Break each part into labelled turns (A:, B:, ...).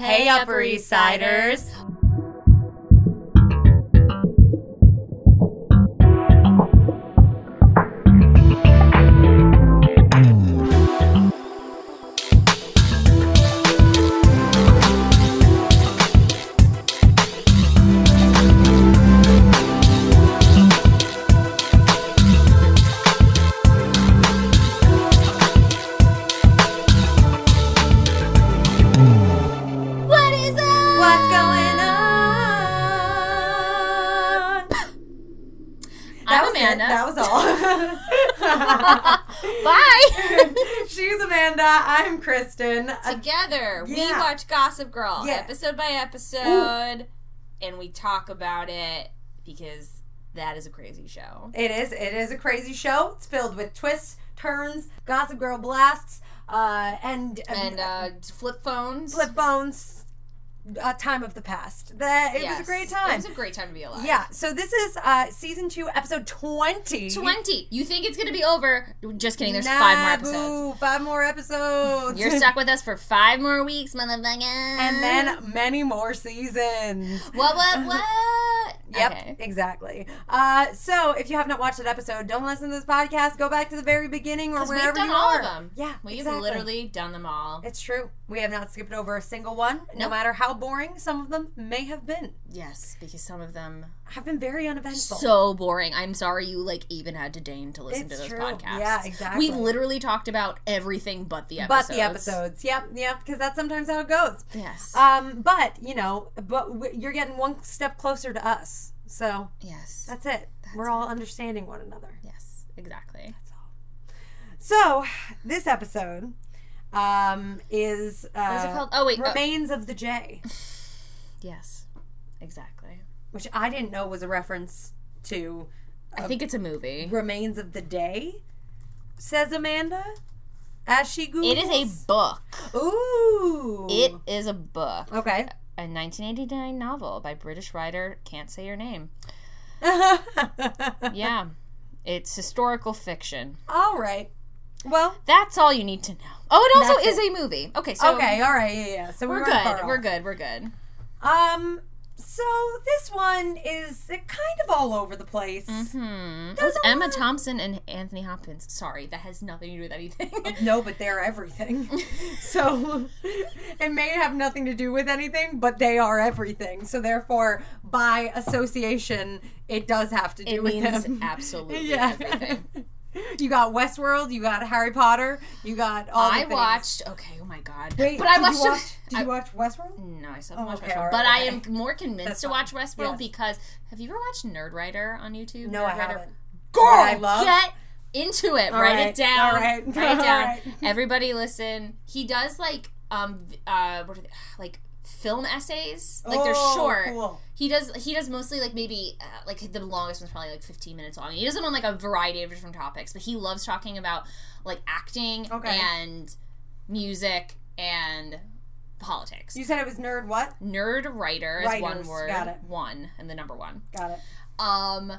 A: Hey, Upper East Siders.
B: What is up?
A: What's going on? That
B: I'm
A: was it.
B: Amanda.
A: That was all.
B: Bye.
A: She's Amanda. I'm Kristen. Uh,
B: Together, we
A: yeah.
B: watch Gossip Girl
A: Yeah.
B: episode by episode, and we talk about it because that is a crazy show.
A: It is. It is a crazy show. It's filled with twists, turns, Gossip Girl blasts, uh, and
B: And uh, flip phones.
A: flip bones. A time of the past. That it was a
B: Yes.
A: great time.
B: It was a great time to be alive.
A: yeah. So this is uh, season two, episode twenty.
B: 20. You think it's going to be over? Just kidding. There's five more
A: Nah,
B: episodes.
A: boo, Five more episodes.
B: You're stuck with us for five more weeks, motherfucker.
A: and then many more seasons.
B: What, what, what?
A: Yep,
B: Okay.
A: exactly. Uh, so if you have not watched that episode, don't listen to this podcast. Go back to the very beginning or
B: 'Cause
A: wherever
B: we've done
A: you
B: all
A: are.
B: of them.
A: Yeah,
B: We've
A: exactly.
B: literally done them all.
A: It's true. We have not skipped over a single one, no
B: Nope.
A: matter how boring some of them may have been.
B: Yes, because some of them
A: Have been very uneventful.
B: so boring. I'm sorry you like even had to deign to listen to
A: It's
B: those
A: true.
B: podcasts.
A: Yeah, exactly.
B: We literally talked about everything but the
A: but
B: episodes.
A: the episodes, yep, yep, because that's sometimes how it goes.
B: Yes.
A: Um, but you know, but w- you're getting one step closer to us, so
B: yes.
A: that's it. We're all understanding one another.
B: yes. Exactly.
A: So, this episode um, is uh,
B: What is it called? Oh wait. uh,
A: Remains of the J,
B: yes. Exactly.
A: which I didn't know was a reference to
B: I
A: Um,
B: think it's a movie.
A: Remains of the Day. Says Amanda, as she googles.
B: It is a book.
A: a ooh.
B: It is a book.
A: okay.
B: A 1989 novel by British writer can't say your name. Yeah. It's historical fiction.
A: all right. Well.
B: That's all you need to know. Oh, it also
A: That's
B: is a movie. Okay, so
A: okay. All right. Yeah. Yeah. So we
B: we're
A: weren't
B: good.
A: far
B: We're
A: off.
B: good. We're good.
A: Um. So this one is kind of all over the place.
B: Hmm. It
A: There's
B: was
A: a
B: Emma
A: lot-
B: Thompson and Anthony Hopkins. Sorry, that has nothing to do with anything.
A: No, but they're everything. so it may have nothing to do with anything, but they are everything. So therefore, by association, it does have to do
B: it
A: with
B: means
A: them.
B: absolutely
A: yeah.
B: everything.
A: you got Westworld. You got Harry Potter. You got all.
B: I
A: the things.
B: watched. Okay, oh my god.
A: Wait,
B: but I
A: did
B: watched.
A: You
B: a-
A: watch, did
B: I-
A: you watch Westworld?
B: no, I still haven't watched
A: okay,
B: Westworld.
A: alright,
B: but I
A: okay.
B: am more convinced
A: That's
B: to
A: fine.
B: watch Westworld
A: Yes.
B: because have you ever watched Nerdwriter on YouTube?
A: No, I
B: Nerdwriter-
A: haven't.
B: Girl,
A: What I love-
B: get into it.
A: All
B: write
A: right,
B: it down.
A: all right,
B: Write it
A: all
B: down.
A: right.
B: Everybody, listen. He does like um uh what are they like film essays like they're
A: Oh,
B: short
A: cool.
B: he does he does mostly like maybe uh, like the longest one's probably like 15 minutes long he does them on like a variety of different topics but he loves talking about like acting
A: Okay.
B: and music and politics
A: You said it was nerd. What?
B: nerd writer is one
A: Writers,
B: word
A: got it.
B: one and the number one
A: Got it.
B: um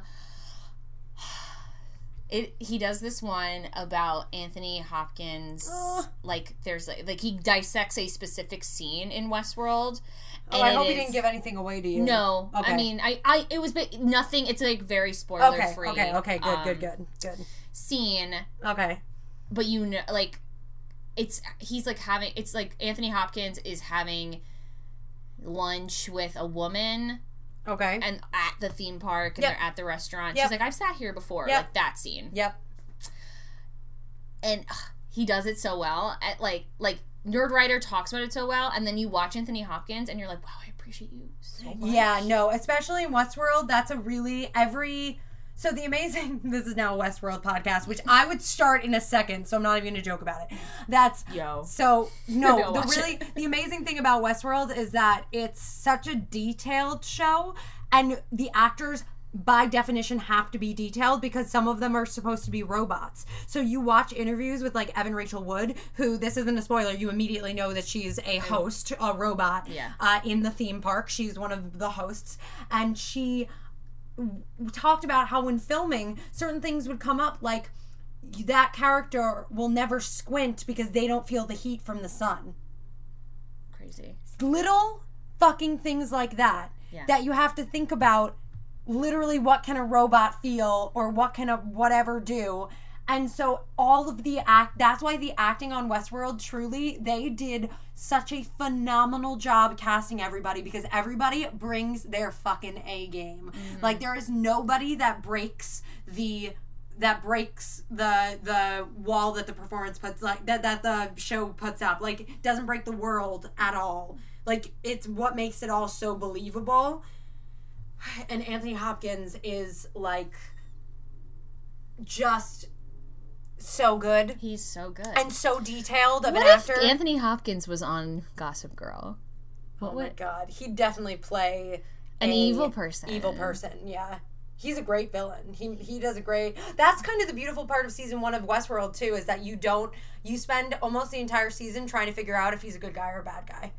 B: it he does this one about Anthony Hopkins
A: Oh.
B: like there's like, like he dissects a specific scene in Westworld
A: Oh, I
B: it
A: hope he
B: is-
A: didn't give anything away to you.
B: no,
A: Okay.
B: I mean, I, I, it was ba- nothing. It's like very spoiler
A: Okay.
B: free. Um,
A: Okay. Okay. Good. good. Good. Good.
B: Scene,
A: Okay.
B: but you know, like, it's he's like having. It's like Anthony Hopkins is having lunch with a woman
A: Okay.
B: and at the theme park and
A: Yep.
B: they're at the restaurant.
A: Yep.
B: She's like, I've sat here before.
A: Yep.
B: Like that scene,
A: Yep.
B: and ugh, he does it so well. At like, like Nerd Writer talks about it so well, and then you watch Anthony Hopkins and you're like, wow, I appreciate you so much.
A: Yeah, no, especially in Westworld, that's a really every so the amazing this is now a Westworld podcast, which I would start in a second, so I'm not even gonna joke about it. That's
B: Yo.
A: so no,
B: Go
A: the
B: watch
A: really the amazing thing about Westworld is that it's such a detailed show and the actors by definition have to be detailed because some of them are supposed to be robots. So you watch interviews with like Evan Rachel Wood, who this isn't a spoiler, you immediately know that she's a host, a robot
B: Yeah.
A: uh, in the theme park. She's one of the hosts, and she w- talked about how when filming, certain things would come up, like that character will never squint because they don't feel the heat from the sun.
B: crazy.
A: little fucking things like that
B: Yeah.
A: that you have to think about literally what can a robot feel or what can a whatever do and so all of the act that's why the acting on westworld truly they did such a phenomenal job casting everybody because everybody brings their fucking a game like there is nobody that breaks the that breaks the the wall that the performance puts like that that the show puts up like doesn't break the world at all like it's what makes it all so believable and Anthony Hopkins is like just so good
B: He's so good.
A: and so detailed of
B: what
A: an
B: if
A: actor.
B: Anthony Hopkins was on Gossip Girl?
A: oh
B: What
A: my
B: would
A: god, he'd definitely play
B: an
A: a
B: evil person?
A: Evil person, yeah. He's a great villain. He he does a great. That's kind of the beautiful part of season one of Westworld too, is that you don't you spend almost the entire season trying to figure out if he's a good guy or a bad guy.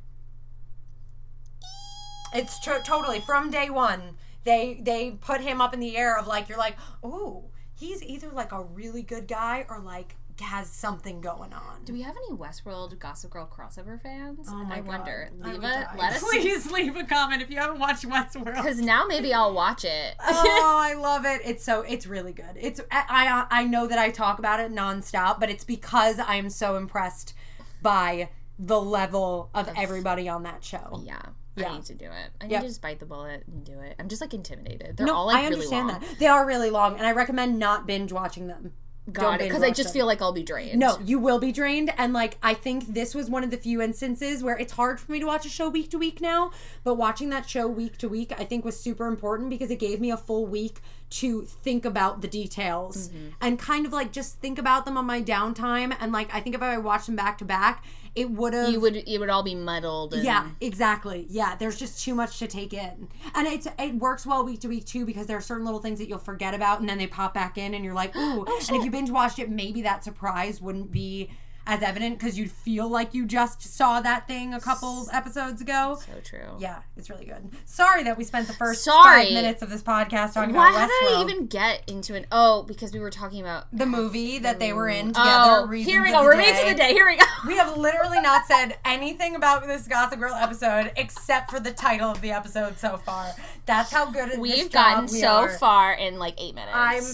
A: It's tr- totally from day one. They they put him up in the air of like you're like, ooh, he's either like a really good guy or like has something going on.
B: Do we have any Westworld Gossip Girl crossover fans?
A: Oh
B: I
A: my God.
B: wonder.
A: I
B: Leave
A: would
B: a
A: die.
B: let us
A: Please leave a comment if you haven't watched Westworld.
B: because now maybe I'll watch it.
A: oh, I love it. It's so it's really good. It's I I I know that I talk about it nonstop, but it's because I am so impressed by the level of everybody on that show.
B: yeah.
A: Yeah.
B: I need to do it. I need
A: Yep.
B: to just bite the bullet and do it. I'm just like intimidated. They're
A: No,
B: all like
A: I understand
B: really long.
A: that they are really long, and I recommend not binge watching them. Don't
B: Got it.
A: binge
B: Because I
A: watch
B: just
A: them.
B: feel like I'll be drained.
A: No, you will be drained. And like, I think this was one of the few instances where it's hard for me to watch a show week to week now. But watching that show week to week, I think was super important because it gave me a full week to think about the details and kind of like just think about them on my downtime. And like, I think if I watched them back to back, it would have.
B: You would it would all be muddled and
A: Yeah, exactly. Yeah, there's just too much to take in, and it's it works well week to week too because there are certain little things that you'll forget about, and then they pop back in, and you're like,
B: Oh,
A: ooh. and if you binge watched it, maybe that surprise wouldn't be as evident because you'd feel like you just saw that thing a couple episodes ago.
B: so true.
A: Yeah, it's really good. Sorry that we spent the first five
B: Sorry.
A: minutes of this podcast talking
B: Why how
A: about
B: did I
A: Westworld,
B: even get into an oh, because we were talking about
A: the movie that they were in together.
B: Oh,
A: Reasons
B: here we
A: of
B: go.
A: the
B: We're made
A: Day.
B: to the day. Here we go.
A: We have literally not said anything about this Gossip Girl episode except for the title of the episode so far. That's how good at this
B: We've
A: job
B: gotten
A: we
B: so
A: are.
B: far in like eight minutes.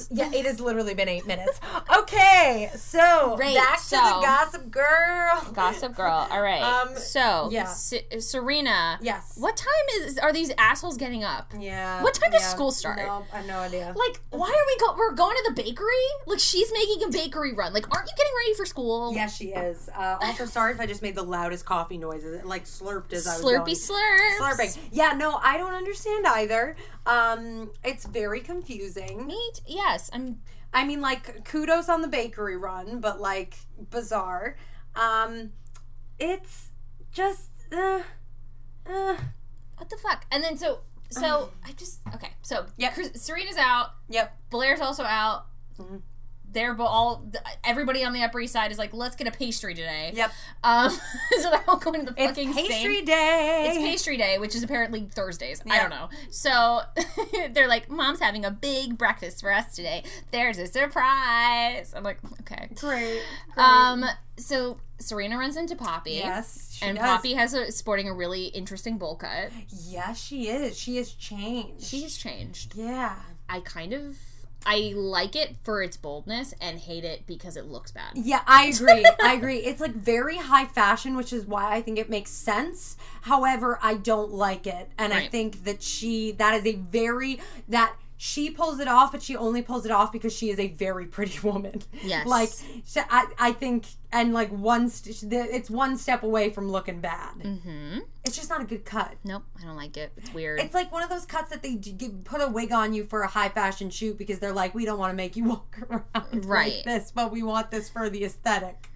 A: I'm yeah, it has literally been eight minutes. Okay, so
B: Great,
A: back
B: so-
A: to the Gossip Girl.
B: Gossip Girl. All right.
A: Um,
B: so
A: yeah.
B: Se- Serena.
A: Yes.
B: What time is are these assholes getting up?
A: Yeah.
B: What time does
A: yeah.
B: school start?
A: No, I have no idea.
B: Like, why are we go? We're going to the bakery. Like, she's making a bakery run. Like, aren't you getting ready for school?
A: yes, she is. Uh, also, sorry if I just made the loudest coffee noises. It, like slurped as I was
B: Slurpy
A: going.
B: slurps.
A: slurping. Yeah, no, I don't understand either. Um, it's very confusing.
B: Meat. Yes. I'm.
A: I mean, like, kudos on the bakery run, but like, bizarre. Um, it's just, uh, uh,
B: What the fuck? And then so so I just okay. So
A: Yep.
B: Chris- Serena's out.
A: yep.
B: Blair's also out.
A: Mhm.
B: They're bo- all th- everybody on the Upper East Side is like, let's get a pastry today.
A: Yep.
B: Um, so they're all going to the
A: It's
B: fucking
A: pastry
B: same.
A: day.
B: It's pastry day, which is apparently Thursdays. I
A: Yeah.
B: don't know. So they're like, "Mom's having a big breakfast for us today. There's a surprise." I'm like, "Okay."
A: Great. great.
B: Um. So Serena runs into Poppy.
A: yes, she
B: And
A: does.
B: Poppy has a sporting a really interesting bowl cut.
A: Yes, she is. She has changed.
B: She's changed.
A: yeah.
B: I kind of I like it for its boldness and hate it because it looks bad.
A: Yeah, I agree. I agree. It's like very high fashion, which is why I think it makes sense. However, I don't like it. And I
B: Right.
A: think that she, that is a very, that she pulls it off, but she only pulls it off because she is a very pretty woman.
B: Yes.
A: Like, she, I, I think, and like one, st- it's one step away from looking bad.
B: Mm-hmm.
A: It's just not a good cut.
B: Nope, I don't like it. It's weird.
A: It's like one of those cuts that they d- give, put a wig on you for a high fashion shoot because they're like, we don't want to make you walk around like
B: Right.
A: this, but we want this for the aesthetic.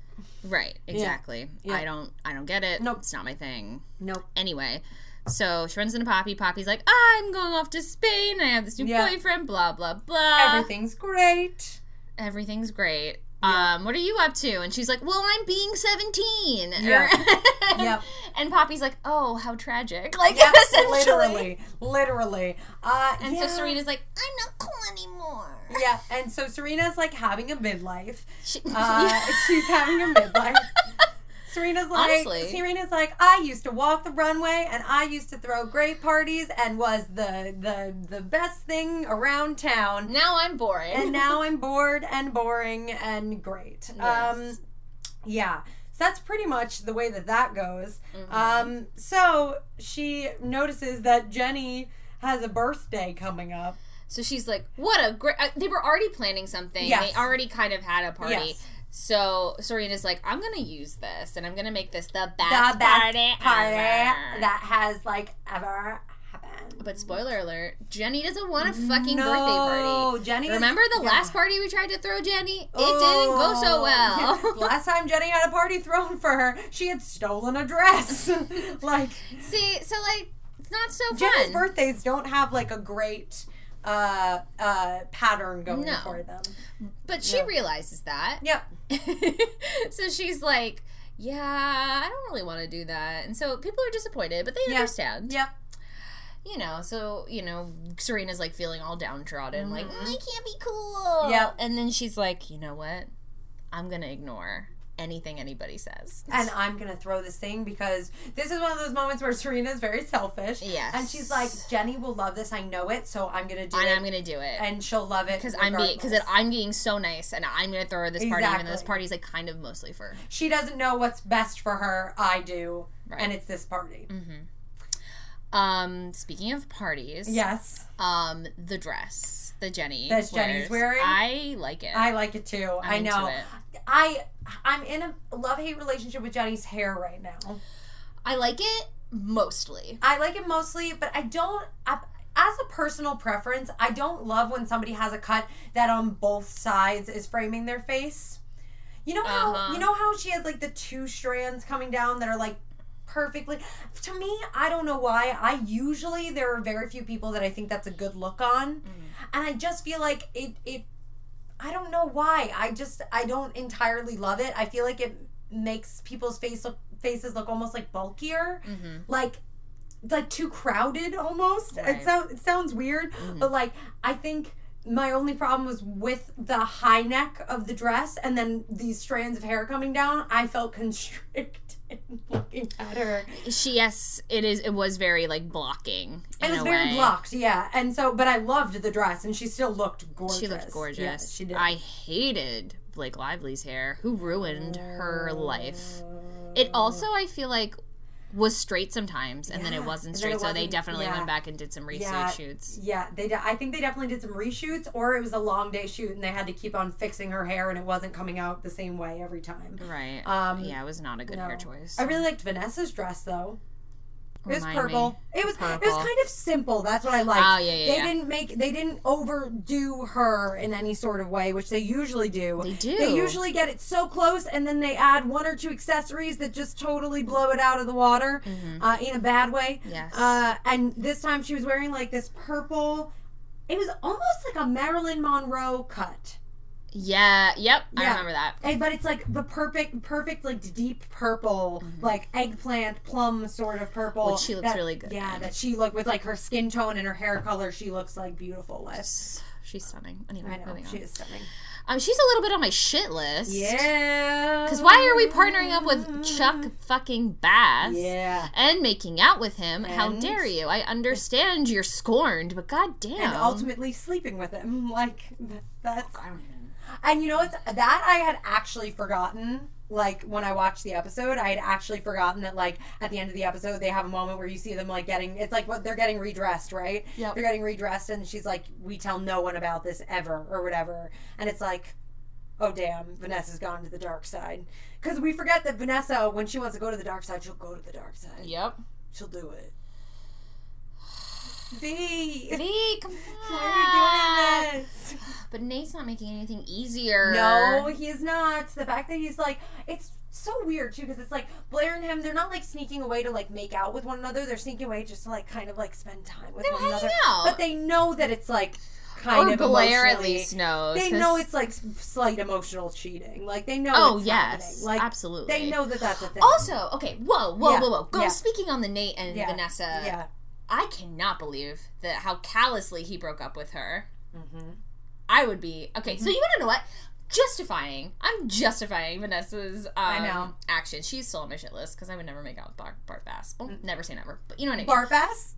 B: right, exactly.
A: Yeah.
B: I don't I don't get it.
A: Nope.
B: It's not my thing.
A: Nope.
B: Anyway, so she runs into Poppy. Poppy's like, I'm going off to Spain. I have this new
A: Yeah.
B: boyfriend, blah, blah, blah.
A: Everything's great.
B: Everything's great. Um, what are you up to? And she's like, Well, I'm being 17.
A: Yeah.
B: yep.
A: Yep.
B: And Poppy's like, Oh, how tragic. Like,
A: Yep,
B: essentially.
A: literally, literally. Uh,
B: And
A: yeah.
B: so Serena's like, I'm not cool anymore.
A: Yeah, and so Serena's like having a midlife.
B: She-
A: Uh, She's having a midlife. Serena's like
B: Honestly.
A: Serena's like I used to walk the runway and I used to throw great parties and was the the the best thing around town.
B: Now I'm boring.
A: And now I'm bored and boring and great. Um
B: Yes.
A: yeah. So that's pretty much the way that that goes.
B: Mm-hmm.
A: Um so she notices that Jenny has a birthday coming up.
B: So she's like, "What a great!" uh, They were already planning something.
A: Yes.
B: They already kind of had a party.
A: Yes.
B: So Serena's like, "I'm gonna use this, and I'm gonna make this the best,
A: the best
B: party,
A: party
B: ever."
A: that has like ever happened.
B: but spoiler alert: Jenny doesn't want a fucking birthday party.
A: Jenny. is-
B: Remember the
A: yeah.
B: last party we tried to throw Jenny? It didn't go so
A: Oh.
B: well.
A: last time Jenny had a party thrown for her, she had stolen a dress. like
B: See, so like, it's not so fun.
A: Jenny's birthdays don't have like a great uh uh pattern going
B: No.
A: for them.
B: but she realizes that.
A: Yep.
B: so she's like, "Yeah, I don't really want to do that," and so people are disappointed, but they
A: Yeah.
B: understand.
A: Yep.
B: you know, so you know, Serena's like feeling all downtrodden, like
A: Mhm.
B: "Mm, I can't be cool.
A: Yep.
B: And then she's like, you know what? I'm gonna ignore anything anybody says.
A: And I'm gonna throw this thing because this is one of those moments where Serena's very selfish.
B: Yes.
A: And she's like, Jenny will love this. I know it. So I'm gonna do
B: and
A: it,
B: I'm gonna do it
A: and she'll love it
B: because I'm being because
A: regardless.
B: I'm being so nice, and I'm gonna throw her this party, even though this
A: Exactly.
B: party's like kind of mostly for.
A: she doesn't know what's best for her. I do,
B: Right. Mm-hmm.
A: and it's this party.
B: Um, speaking of parties,
A: Yes,
B: Um, the dress that Jenny
A: That Jenny's
B: wears,
A: wearing?
B: I like it.
A: I like it too. i
B: into
A: know.
B: it.
A: I I'm in a love hate relationship with Jenny's hair right now.
B: I like it mostly.
A: I like it mostly, but I don't. I, as a personal preference, I don't love when somebody has a cut that on both sides is framing their face. You know how
B: Uh-huh.
A: you know how she has like the two strands coming down that are like perfectly. To me, I don't know why. I usually there are very few people that I think that's a good look on,
B: Mm.
A: and I just feel like it it. I don't know why. I just I don't entirely love it. I feel like it makes people's face look, faces look almost like bulkier,
B: Mm-hmm.
A: like like too crowded almost.
B: Right. Mm-hmm.
A: It sounds it sounds weird, but like I think my only problem was with the high neck of the dress and then these strands of hair coming down. I felt constricted looking at her.
B: She yes, it is. It was very like blocking.
A: It
B: in
A: was
B: a
A: very
B: way.
A: blocked, yeah. And so, but I loved the dress, and she still looked gorgeous.
B: She looked gorgeous.
A: Yeah, she did.
B: I hated Blake Lively's hair, who ruined her life. It also, I feel like, was straight sometimes, and then
A: Yeah,
B: it wasn't
A: and then
B: straight.
A: it
B: so they
A: wasn't-
B: definitely
A: yeah.
B: went back and did some research
A: Yeah.
B: shoots.
A: Yeah, they. De- I think they definitely did some reshoots, or it was a long day shoot, and they had to keep on fixing her hair, and it wasn't coming out the same way every time.
B: Right.
A: Um,
B: yeah, it was not a good hair
A: no.
B: choice.
A: I really liked Vanessa's dress though. It was
B: Remind me.
A: purple. It was it
B: Purple.
A: was kind of simple. That's what I liked.
B: Oh, yeah, yeah,
A: They
B: yeah.
A: didn't make they didn't overdo her in any sort of way, which they usually do.
B: They do.
A: They usually get it so close, and then they add one or two accessories that just totally blow it out of the water uh, in a bad way.
B: Mm-hmm. Yes.
A: Uh, and this time she was wearing like this purple. It was almost like a Marilyn Monroe cut.
B: Yeah. Yep. I
A: Yeah.
B: remember that.
A: Eh, but it's like the perfect, perfect, like deep purple, like eggplant, plum sort of purple.
B: Mm-hmm. Which she looks
A: that-
B: really good
A: Yeah,
B: in.
A: that she look with like her skin tone and her hair color, she looks like beautiful with.
B: She's stunning. Anyway,
A: I know
B: moving on.
A: she is stunning.
B: um, she's a little bit on my shit list.
A: Yeah.
B: Because why are we partnering up with Chuck fucking Bass?
A: Yeah.
B: and making out with him. How
A: And-
B: dare you? I understand you're scorned, but goddamn.
A: And ultimately sleeping with him, like th- that's.
B: I don't even.
A: And you know what's that I had actually forgotten. Like when I watched the episode, I had actually forgotten that like at the end of the episode they have a moment where you see them like getting it's like what they're getting redressed, right?
B: Yep.
A: They're getting redressed and she's like, We tell no one about this ever or whatever and it's like Oh damn, Vanessa's gone to the dark side. Because we forget that Vanessa, when she wants to go to the dark side, she'll go to the dark side.
B: Yep.
A: She'll do it. V,
B: V, come
A: why are
B: on.
A: you doing this?
B: But Nate's not making anything easier.
A: No, he is not. The fact that he's like, it's so weird too, because it's like Blair and him, they're not like sneaking away to like make out with one another. They're sneaking away just to like kind of like spend time with
B: They're
A: one
B: hanging
A: another.
B: out.
A: But they know that it's like kind
B: Or
A: of
B: Blair at
A: emotionally-
B: least knows.
A: They
B: 'cause-
A: know it's like s- slight emotional cheating. Like they know.
B: Oh
A: it's
B: yes,
A: happening. like
B: absolutely. Oh,
A: they know that that's a thing.
B: Also, okay, whoa, whoa,
A: Yeah,
B: whoa, whoa. Go
A: yeah.
B: speaking on the Nate and
A: Yeah,
B: Vanessa.
A: yeah.
B: I cannot believe that how callously he broke up with her.
A: Mm-hmm.
B: I would be okay. So you want to know what? justifying. I'm justifying Vanessa's um, I
A: know.
B: action. She's still on my shit list because I would never make out with Bart, Bart Bass. Well, never say never, but you know what I mean.
A: Mm. Bart Bass?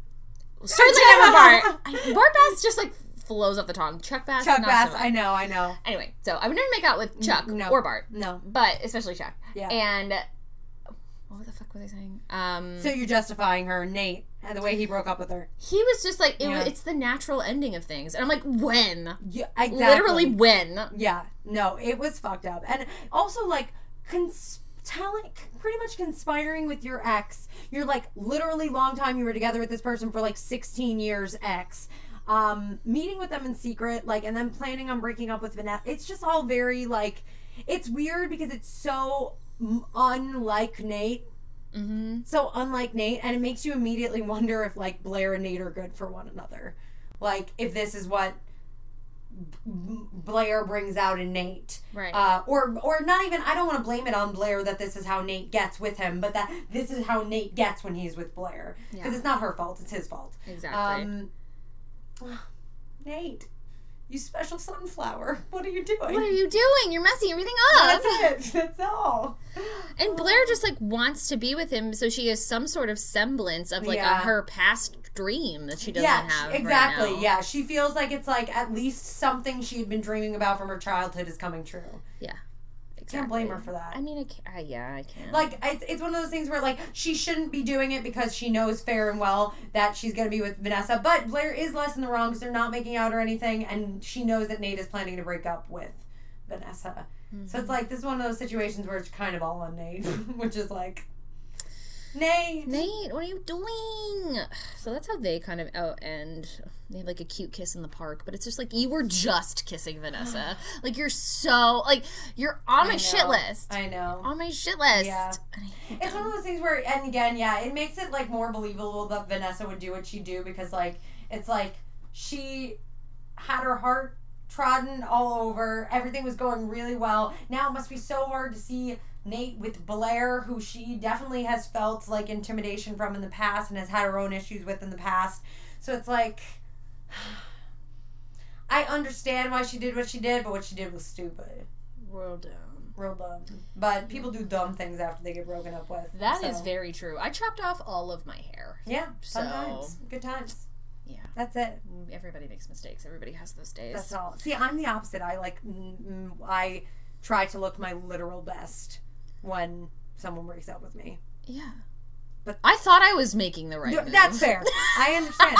B: Certainly never Bart. I, Bart Bass just like flows off the tongue. Chuck Bass.
A: Chuck
B: not
A: Bass.
B: So much.
A: I know, I know.
B: anyway, so I would never make out with Chuck
A: no.
B: or Bart,
A: No.
B: but especially Chuck.
A: Yeah.
B: And what the fuck was I saying? Um,
A: So you're justifying her, Nate, and the way he broke up with her.
B: he was just like it
A: Yeah.
B: was, it's the natural ending of things, and I'm like, when?
A: Yeah, exactly.
B: Literally when?
A: Yeah, no, it was fucked up. And also, like, cons- telling, pretty much conspiring with your ex. You're like, literally, long time you were together with this person for like 16 years, ex. Um, meeting with them in secret, like, and then planning on breaking up with Vanessa. It's just all very, like, it's weird because it's so m- unlike Nate.
B: Mm-hmm.
A: So unlike Nate, and it makes you immediately wonder if, like, Blair and Nate are good for one another. Like, if this is what B- Blair brings out in Nate
B: Right.
A: uh, or or not even I don't want to blame it on Blair that this is how Nate gets with him, but that this is how Nate gets when he's with Blair because
B: Yeah.
A: it's not her fault; it's his fault.
B: exactly.
A: Um, ah, Nate, you special sunflower, what are you doing?
B: what are you doing? You're messing everything up.
A: That's it. That's all.
B: And Blair just like wants to be with him, so she has some sort of semblance of like
A: Yeah.
B: a, her past dream that she doesn't
A: yeah,
B: have. right
A: exactly.
B: now.
A: yeah, she feels like it's like at least something she had been dreaming about from her childhood is coming true.
B: exactly.
A: Can't blame her for that.
B: I mean, I can, uh, yeah, I can.
A: Like it's, it's one of those things where like she shouldn't be doing it because she knows fair and well that she's gonna be with Vanessa, but Blair is less in the wrong because they're not making out or anything, and she knows that Nate is planning to break up with Vanessa. So
B: Mm-hmm.
A: it's like this is one of those situations where it's kind of all on Nate, which is like Nate.
B: Nate, what are you doing? So that's how they kind of oh, and they have like a cute kiss in the park, but it's just like you were just kissing Vanessa. like you're so like you're on my
A: I
B: shit
A: know.
B: list.
A: I know.
B: on my shit list.
A: Yeah.
B: And I hate
A: It's one of those things where, and again, yeah, it makes it like more believable that Vanessa would do what she do because like it's like she had her heart trodden all over. Everything was going really well. Now it must be so hard to see Nate with Blair, who she definitely has felt like intimidation from in the past and has had her own issues with in the past. So it's like. I understand why she did what she did, but what she did was stupid.
B: World down.
A: Real dumb. But people do dumb things after they get broken up with.
B: That is
A: so.
B: very true. I chopped off all of my hair.
A: Yeah,
B: So-
A: fun times, good times.
B: Yeah.
A: That's it.
B: Everybody makes mistakes. Everybody has those days.
A: That's all. See, I'm the opposite. I like mm, mm, I try to look my literal best when someone breaks up with me.
B: Yeah.
A: But-
B: I thought I was making the right
A: Th-
B: move.
A: That's fair. I understand.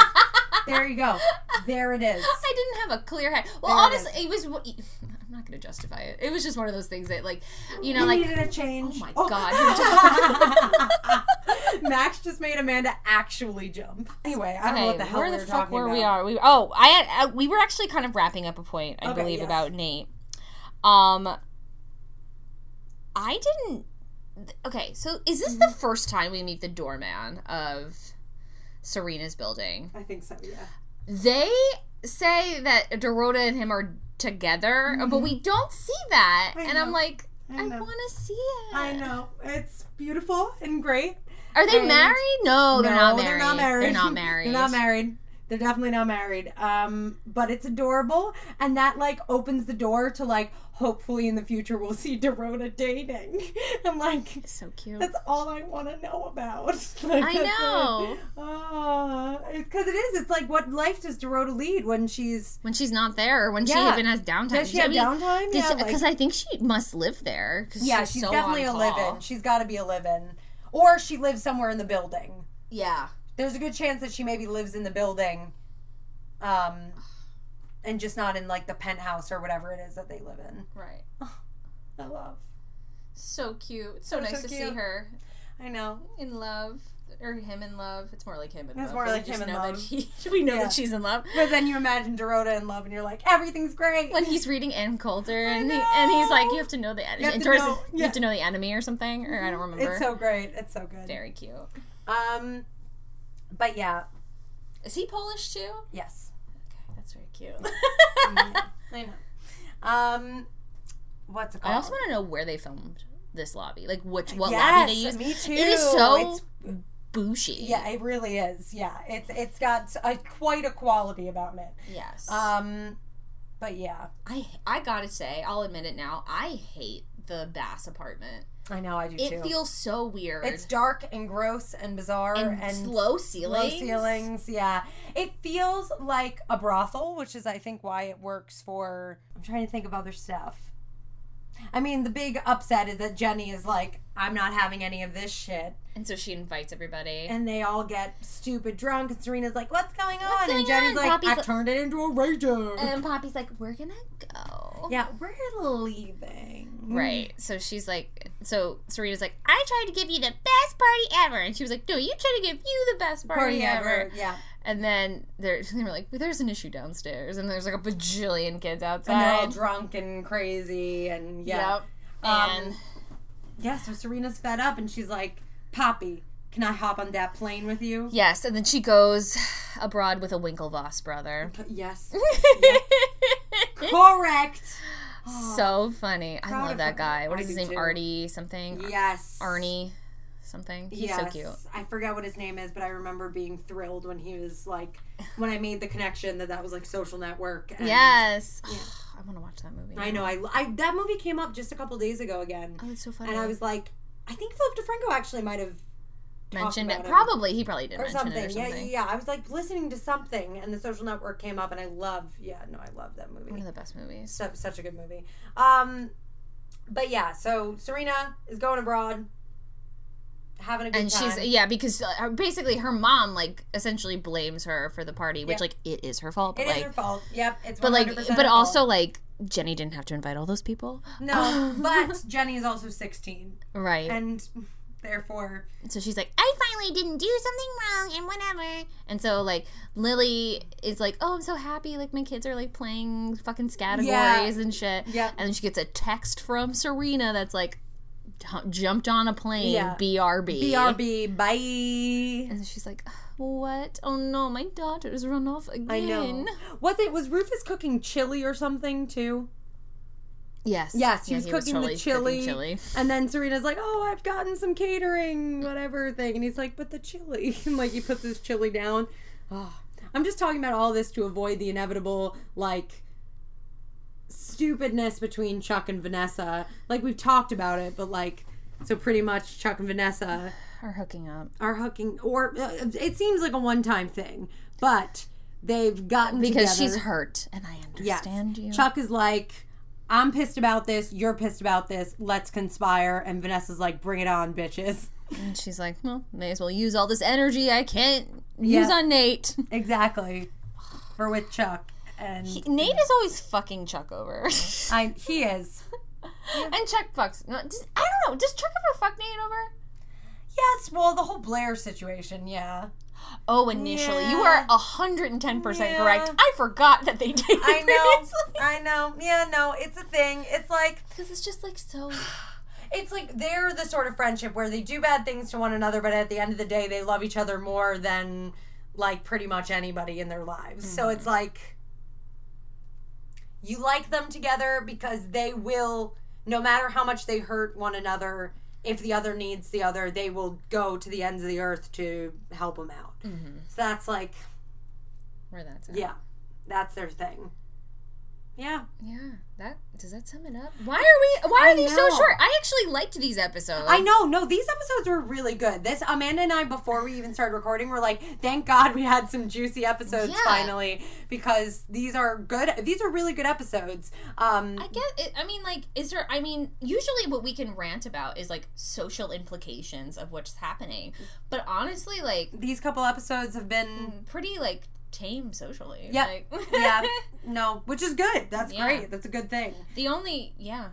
A: there you go. There it is.
B: I didn't have a clear head. Well,
A: There it
B: honestly, it, was. I'm not going to justify it. It was just one of those things that, like, you know,
A: You
B: like
A: needed a change.
B: Oh my
A: god. Max just made Amanda actually jump. Anyway, I don't know what the hell
B: where
A: we
B: the
A: were
B: fuck
A: talking
B: were
A: about.
B: we are? We oh, I had, uh, we were actually kind of wrapping up a point, I
A: Okay,
B: believe,
A: yes.
B: about Nate. Um, I didn't. th- Okay, so is this
A: Mm-hmm.
B: the first time we meet the doorman of Serena's building?
A: I think so, yeah.
B: They say that Dorota and him are together, but we don't see that,
A: Mm-hmm. I
B: and I'm
A: know.
B: like.
A: I
B: I,
A: know.
B: want to see it.
A: I know. It's beautiful and great.
B: Are they
A: And-
B: married? No, Oh, they're not married.
A: They're not married.
B: They're not married.
A: they're not married. They're definitely not married. Um, but it's adorable, and that like opens the door to like hopefully in the future we'll see Dorota dating. I'm like,
B: So cute.
A: that's all I want to know about. Like,
B: I
A: that's it.
B: know.
A: Ah, because it is. It's like what life does Dorota lead when she's
B: when she's not there, or when
A: Yeah.
B: she even has downtime.
A: does she
B: Uh, I mean,
A: have downtime?
B: Because
A: yeah, like-
B: I think she must live there. 'cause
A: yeah,
B: she's,
A: she's
B: so
A: definitely a
B: on
A: live-in.
B: call.
A: She's got to be a live-in, or she lives somewhere in the building.
B: Yeah,
A: there's a good chance that she maybe lives in the building um and just not in like the penthouse or whatever it is that they live in
B: right.
A: i love
B: So cute. So
A: They're
B: nice
A: so
B: to see
A: cute.
B: her
A: i know
B: in love, or him in love. It's more like him in
A: It's
B: love.
A: more
B: but
A: like
B: we just
A: him in
B: know that
A: love.
B: he- we know
A: Yeah.
B: that she's in love.
A: but then you imagine dorota in love and you're like everything's great
B: When he's reading Ann Coulter,
A: I
B: and, he, and he's like,
A: know.
B: "You have to know the enemy.
A: You have to know-
B: You
A: yeah. Mm-hmm.
B: have to know the enemy or something." Or I don't remember.
A: it's so great it's so good
B: Very cute.
A: um but yeah
B: Is he Polish too?
A: yes
B: Okay, that's very cute.
A: i know um what's it called
B: I also want to know where they filmed this lobby, like which what
A: yes,
B: lobby they used.
A: me too
B: It is so
A: It's-
B: bushy.
A: yeah it really is yeah it's it's got a, quite a quality about it
B: Yes.
A: Um, But yeah,
B: I I gotta say, I'll admit it now. I hate the Bass apartment.
A: I know I do
B: It
A: too.
B: feels so weird.
A: it's dark and gross and bizarre
B: and,
A: and,
B: slow
A: low
B: ceilings.
A: ceilings. Yeah, it feels like a brothel, which is I think why it works for. I'm trying to think of other stuff. I mean, the big upset is that Jenny is like, I'm not having any of this shit.
B: And so she invites everybody.
A: And they all get stupid drunk, and Serena's like, What's going on?
B: going
A: and Jenny's
B: on? Um,
A: like,
B: Poppy's
A: I
B: like-
A: turned it into a rager.
B: And then Poppy's like, "We're gonna go."
A: yeah, we're leaving.
B: Right. So she's like, so Serena's like, "I tried to give you the best party ever," and she was like, "No, you tried to give you the best party,
A: Party
B: ever.
A: ever. Yeah.
B: And then they're, they were like, "There's an issue downstairs," and there's like a bajillion kids outside.
A: And they're all drunk and crazy, and yeah.
B: Yep.
A: Um,
B: And
A: Yeah, so Serena's fed up and she's like, Poppy, can I hop on that plane with you?
B: yes, and then she goes abroad with a Winklevoss brother.
A: Yes. Correct.
B: so funny. I
A: Proud
B: love
A: of
B: that
A: her.
B: guy. What
A: I
B: is his
A: do
B: name?
A: too.
B: Artie something.
A: Yes.
B: Arnie something. He's so
A: Yes.
B: cute.
A: I forget what his name is, but I remember being thrilled when he was like, when I made the connection that that was like social network. And
B: Yes. I want to watch that movie.
A: I know. I, I That movie came up just a couple days ago again.
B: Oh, it's so funny.
A: And I was like, I think Philip DeFranco actually might have
B: mentioned
A: about
B: it.
A: him.
B: Probably he probably did
A: or
B: mention
A: something.
B: it or
A: Yeah, yeah,
B: something.
A: yeah. I was like listening to something, and the social network came up, and I love, yeah, no, I love that movie.
B: One of the best movies.
A: Su- such a good movie. Um, but yeah, so Serena is going abroad, having a good
B: And
A: time.
B: she's yeah because uh, her- basically her mom like essentially blames her for the party, which like it is her fault,
A: It
B: but
A: is
B: like
A: her fault. Yep, it's
B: but like
A: 100%
B: but
A: her
B: also
A: fault.
B: like Jenny didn't have to invite all those people,
A: no. But Jenny is also sixteen,
B: right?
A: and therefore,
B: so she's like, I finally didn't do something wrong and whatever. And so like Lily is like, oh, I'm so happy. Like my kids are like playing fucking categories and shit.
A: Yep.
B: And then she gets a text from Serena that's like, "J- jumped on a plane.
A: Yeah.
B: BRB.
A: BRB, bye.
B: And she's like, what? Oh no, my daughter's run off again.
A: I know. Was it was Rufus cooking chili or something too?
B: Yes.
A: Yes, he
B: Yeah,
A: was cooking the
B: totally
A: chili.
B: cooking
A: And then Serena's like, "Oh, I've gotten some catering, whatever thing," and he's like, "But the chili," and like he puts his chili down. Oh, I'm just talking about all this to avoid the inevitable like stupidness between Chuck and Vanessa. Like we've talked about it, but like so pretty much Chuck and Vanessa
B: Or hooking up.
A: are hooking, or uh, it seems like a one-time thing, but they've gotten
B: Because
A: together.
B: she's hurt, and I understand you.
A: Chuck is like, I'm pissed about this. You're pissed about this. Let's conspire. And Vanessa's like, bring it on, bitches.
B: And she's like, well, may as well use all this energy I can't use
A: Yeah.
B: on Nate.
A: Exactly. For with Chuck. And
B: Nate is always fucking Chuck over. and
A: I, he is.
B: Chuck fucks. No, does, I don't know. Does Chuck ever fuck Nate over?
A: Yes, well, the whole Blair situation, yeah.
B: Oh, initially. You
A: Yeah.
B: are 100%
A: Yeah.
B: correct. I forgot that they dated
A: I know. I know. Yeah, no, it's a thing. It's like,
B: Because it's just like so.
A: it's like they're the sort of friendship where they do bad things to one another, but at the end of the day, they love each other more than like pretty much anybody in their lives. So it's like you like them together because they will, no matter how much they hurt one another, if the other needs the other, they will go to the ends of the earth to help them out. So that's like,
B: Where that's at.
A: yeah, that's their thing. Yeah.
B: Yeah. That does that sum it up? Why are we? Why are
A: I
B: these
A: know.
B: so short? I actually liked these episodes.
A: I know. No, these episodes were really good. This Amanda and I, before we even started recording, were like, "Thank God we had some juicy episodes
B: Yeah.
A: finally," because these are good. These are really good episodes. Um,
B: I get it. I mean, like, is there? I mean, usually what we can rant about is like social implications of what's happening. But honestly, like,
A: these couple episodes have been,
B: pretty like tame socially.
A: Yep.
B: Like,
A: yeah, no, which is good. That's
B: Mm. Yeah.
A: great. That's a good thing.
B: the only yeah,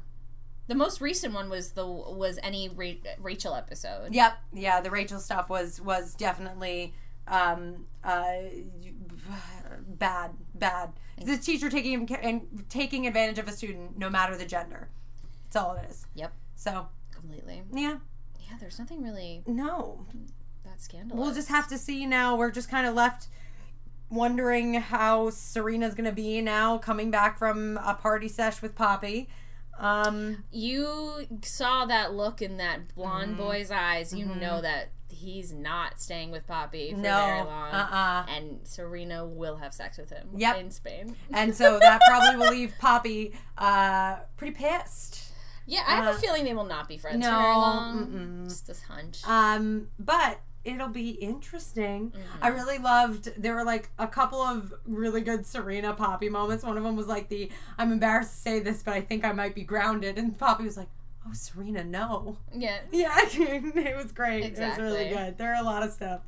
B: the most recent one was the was any Ra- Rachel episode.
A: Yep. Yeah, the Rachel stuff was was definitely um uh bad bad the teacher taking him ca- and taking advantage of a student no matter the gender that's all it is
B: Yep.
A: so
B: Completely.
A: yeah
B: Yeah. There's nothing really
A: no
B: that scandalous.
A: we'll just have to see now. We're just kind of left wondering how Serena's going to be now coming back from a party sesh with Poppy. Um, Mm-hmm.
B: You saw that look in that blonde boy's eyes. You know that. He he's not staying with Poppy for
A: No,
B: very long.
A: uh-uh.
B: And Serena will have sex with him
A: Yep.
B: in Spain.
A: And so that probably will leave Poppy uh, pretty pissed.
B: Yeah, I have a feeling they will not be friends for
A: Uh, no,
B: very long. Just this hunch.
A: Um, but it'll be interesting.
B: Mm-hmm.
A: I really loved. There were like a couple of really good Serena Poppy moments. One of them was like the I'm embarrassed to say this, but I think I might be grounded. And Poppy was like, Oh, Serena, no.
B: yeah.
A: Yeah, it was great. It was really
B: Exactly.
A: good. There are a lot of stuff.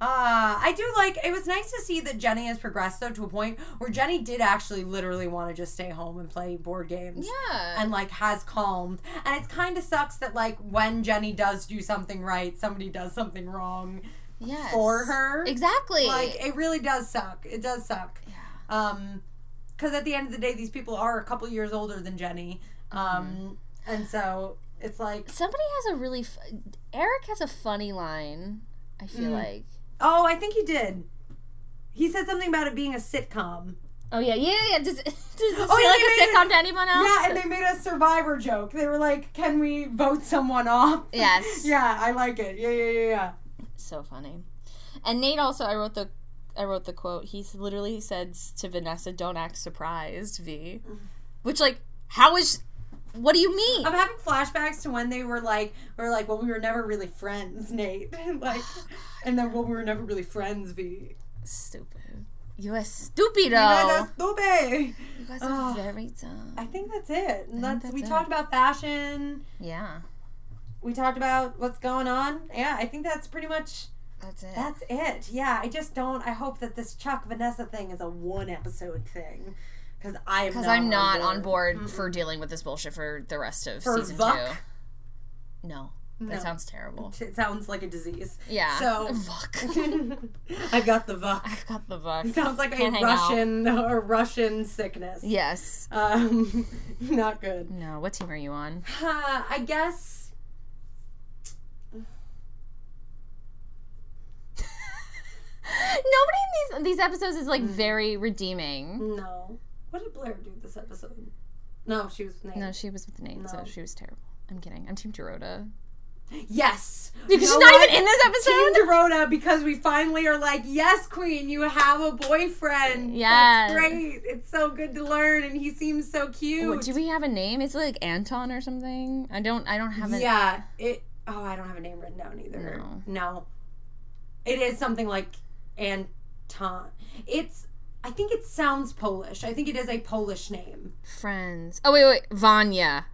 A: Uh, I do like it was nice to see that Jenny has progressed though to a point where Jenny did actually literally want to just stay home and play board games
B: Yeah.
A: and like has calmed. And it kind of sucks that like when Jenny does do something right, somebody does something wrong
B: yes.
A: for her.
B: Exactly.
A: Like it really does suck. It does suck. Um, because at the end of the day, these people are a couple years older than Jenny. Um,
B: Mm-hmm.
A: and so it's like,
B: Somebody has a really. F- Eric has a funny line, I feel like.
A: oh, I think he did. He said something about it being a sitcom.
B: Oh, yeah, yeah, yeah. Does, does it feel
A: Oh, yeah,
B: like
A: yeah, yeah.
B: a sitcom to anyone else?
A: Yeah, and they made a survivor joke. They were like, "Can we vote someone off?"
B: Yes.
A: yeah, I like it. Yeah, yeah, yeah, yeah.
B: so funny. And Nate also, I wrote the, I wrote the quote. He s- literally said to Vanessa, "Don't act surprised, V," which like, how is, what do you mean?
A: I'm having flashbacks to when they were like, we were like, well, we were never really friends, Nate. like, and then, well, we were never really friends, V.
B: Stupid. You are stupido. You
A: That's stupid.
B: guys
A: are
B: are
A: Ugh.
B: very dumb.
A: I think that's it. And that's, we
B: that's it.
A: talked about fashion.
B: Yeah,
A: We talked about what's going on. Yeah, I think that's pretty much
B: that's it.
A: that's it. Yeah, I just don't. I hope that this Chuck Vanessa thing is a one episode thing because I am
B: Because I'm not on board for dealing with this bullshit for the rest of
A: For
B: season
A: Vuck?
B: two. No, that sounds terrible.
A: It sounds like a disease.
B: Yeah.
A: So-
B: Vuck.
A: I've got the vuck.
B: I've got the Vuck.
A: Sounds like
B: Can't
A: a
B: hang out.
A: Russian or Russian sickness.
B: Yes.
A: Um, not good.
B: No. What team are you on?
A: Uh, I guess.
B: Nobody in these these episodes is like
A: Mm.
B: very redeeming.
A: No. What did Blair do this episode? No, she was named.
B: No, she was with Nate, so she was terrible. I'm kidding. I'm Team Dorota.
A: Yes.
B: Because
A: You
B: she's
A: know
B: not
A: what?
B: even in this episode.
A: Team Dorota because we finally are like, yes, Queen, you have a boyfriend.
B: Yeah.
A: That's great. It's so good to learn, and he seems so cute.
B: What, do we have a name? It's like Anton or something. I don't. I don't have a.
A: yeah. It. Oh, I don't have a name written down either.
B: No.
A: It is something like Anton. It's. I think it sounds Polish. I think it is a Polish name.
B: Friends. Oh wait, wait. Vanya.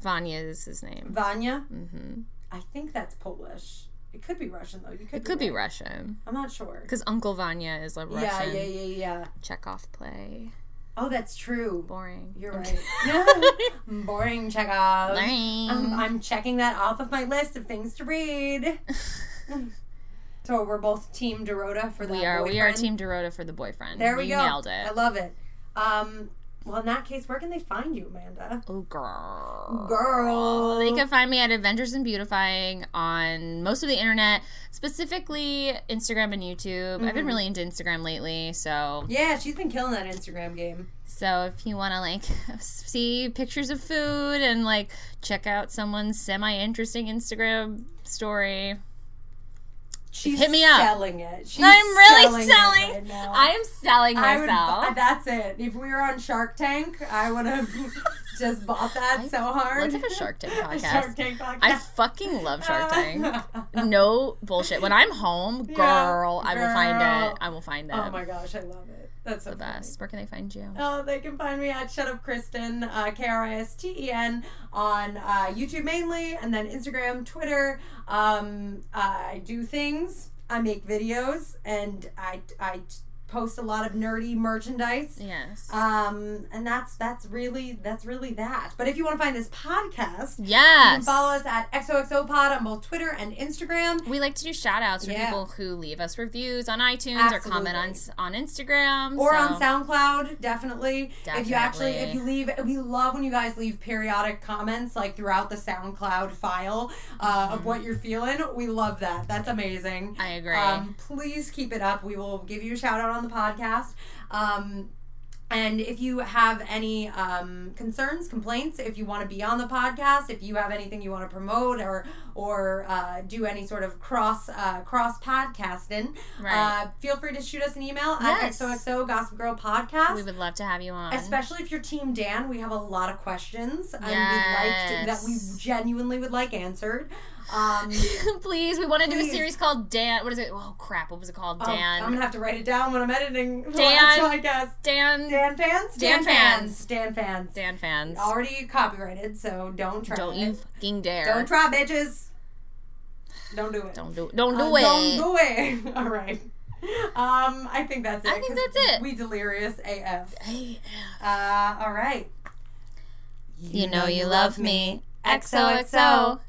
B: Vanya is his name.
A: Vanya.
B: hmm
A: I think that's Polish. It could be Russian though. You could.
B: It could be Russian
A: I'm not sure.
B: because Uncle Vanya is a Russian
A: Yeah, yeah, yeah, yeah.
B: Chekhov play.
A: Oh, that's true.
B: Boring.
A: You're right. Boring Chekhov. Um,
B: Mm-hmm.
A: I'm checking that off of my list of things to read. so we're both Team Dorota for that.
B: we are. We are
A: boyfriend.
B: Team Dorota for the boyfriend.
A: There we
B: You
A: go.
B: Nailed
A: I
B: it.
A: love it. Um, well, in that case, where can they find you, Amanda?
B: oh girl.
A: Girl.
B: They can find me at Adventures in Beautifying on most of the internet, specifically Instagram and YouTube. I've been
A: Mm-hmm.
B: really into Instagram lately, so
A: yeah, she's been killing that Instagram game.
B: so if you want to like see pictures of food and like check out someone's semi-interesting Instagram story,
A: She's
B: Hit me up.
A: selling it. She's
B: I'm really
A: it
B: selling.
A: right now.
B: I am selling
A: I would.
B: myself.
A: bu- That's it. If we were on Shark Tank, I would have just bought that so hard.
B: Let's have a Shark Tank
A: A
B: podcast.
A: Shark Tank podcast.
B: I fucking love Shark Tank.
A: oh
B: No bullshit. When I'm home, girl, I will find
A: girl. Oh
B: it. I will find it.
A: my gosh, I love it. That's so
B: the best. Where can they find you?
A: Oh, they can find me at Shut Up Kristen, uh, K R I S T E N, on uh, YouTube mainly, and then Instagram, Twitter. Um, I do things. I make videos, and I I post a lot of nerdy merchandise.
B: Yes.
A: Um, and that's that's really that's really that. But if you want to find this podcast, you can
B: Yes.
A: follow us at XOXO Pod on both Twitter and Instagram.
B: We like to do shout outs for
A: Yeah.
B: people who leave us reviews on iTunes or comment on s- on Instagram.
A: or
B: so-
A: on SoundCloud, definitely. If you actually, if you
B: Definitely.
A: leave, we love when you guys leave periodic comments like throughout the SoundCloud file uh,
B: Mm-hmm.
A: of what you're feeling. We love that. That's amazing.
B: I agree.
A: Um, please keep it up. We will give you a shout out on the podcast. Um, And if you have any um, concerns, complaints, if you want to be on the podcast, if you have anything you want to promote or or uh, do any sort of cross uh, cross podcasting,
B: Right.
A: uh, feel free to shoot us an email
B: Yes.
A: at XOXO Gossip Girl Podcast.
B: We would love to have you on.
A: Especially if you're Team Dan, we have a lot of questions and we'd like to, that we
B: Yes.
A: genuinely would like answered. Um,
B: Please, we want to do a
A: Please.
B: series called Dan. What is it? Oh crap! What was it called?
A: oh,
B: Dan.
A: I'm gonna have to write it down when I'm editing the
B: Dan.
A: last podcast.
B: Dan. Dan.
A: Dan fans,
B: Dan fans.
A: Dan fans.
B: fans.
A: Already copyrighted, so don't try.
B: Don't
A: it.
B: you fucking dare!
A: Don't try, bitches. Don't do it.
B: Don't do. Don't
A: Uh,
B: do it.
A: Don't do it. All right. Um, I think that's it.
B: I think
A: 'cause
B: that's it.
A: We delirious AF.
B: Hey,
A: Uh, all right.
B: you know you love me. XOXO.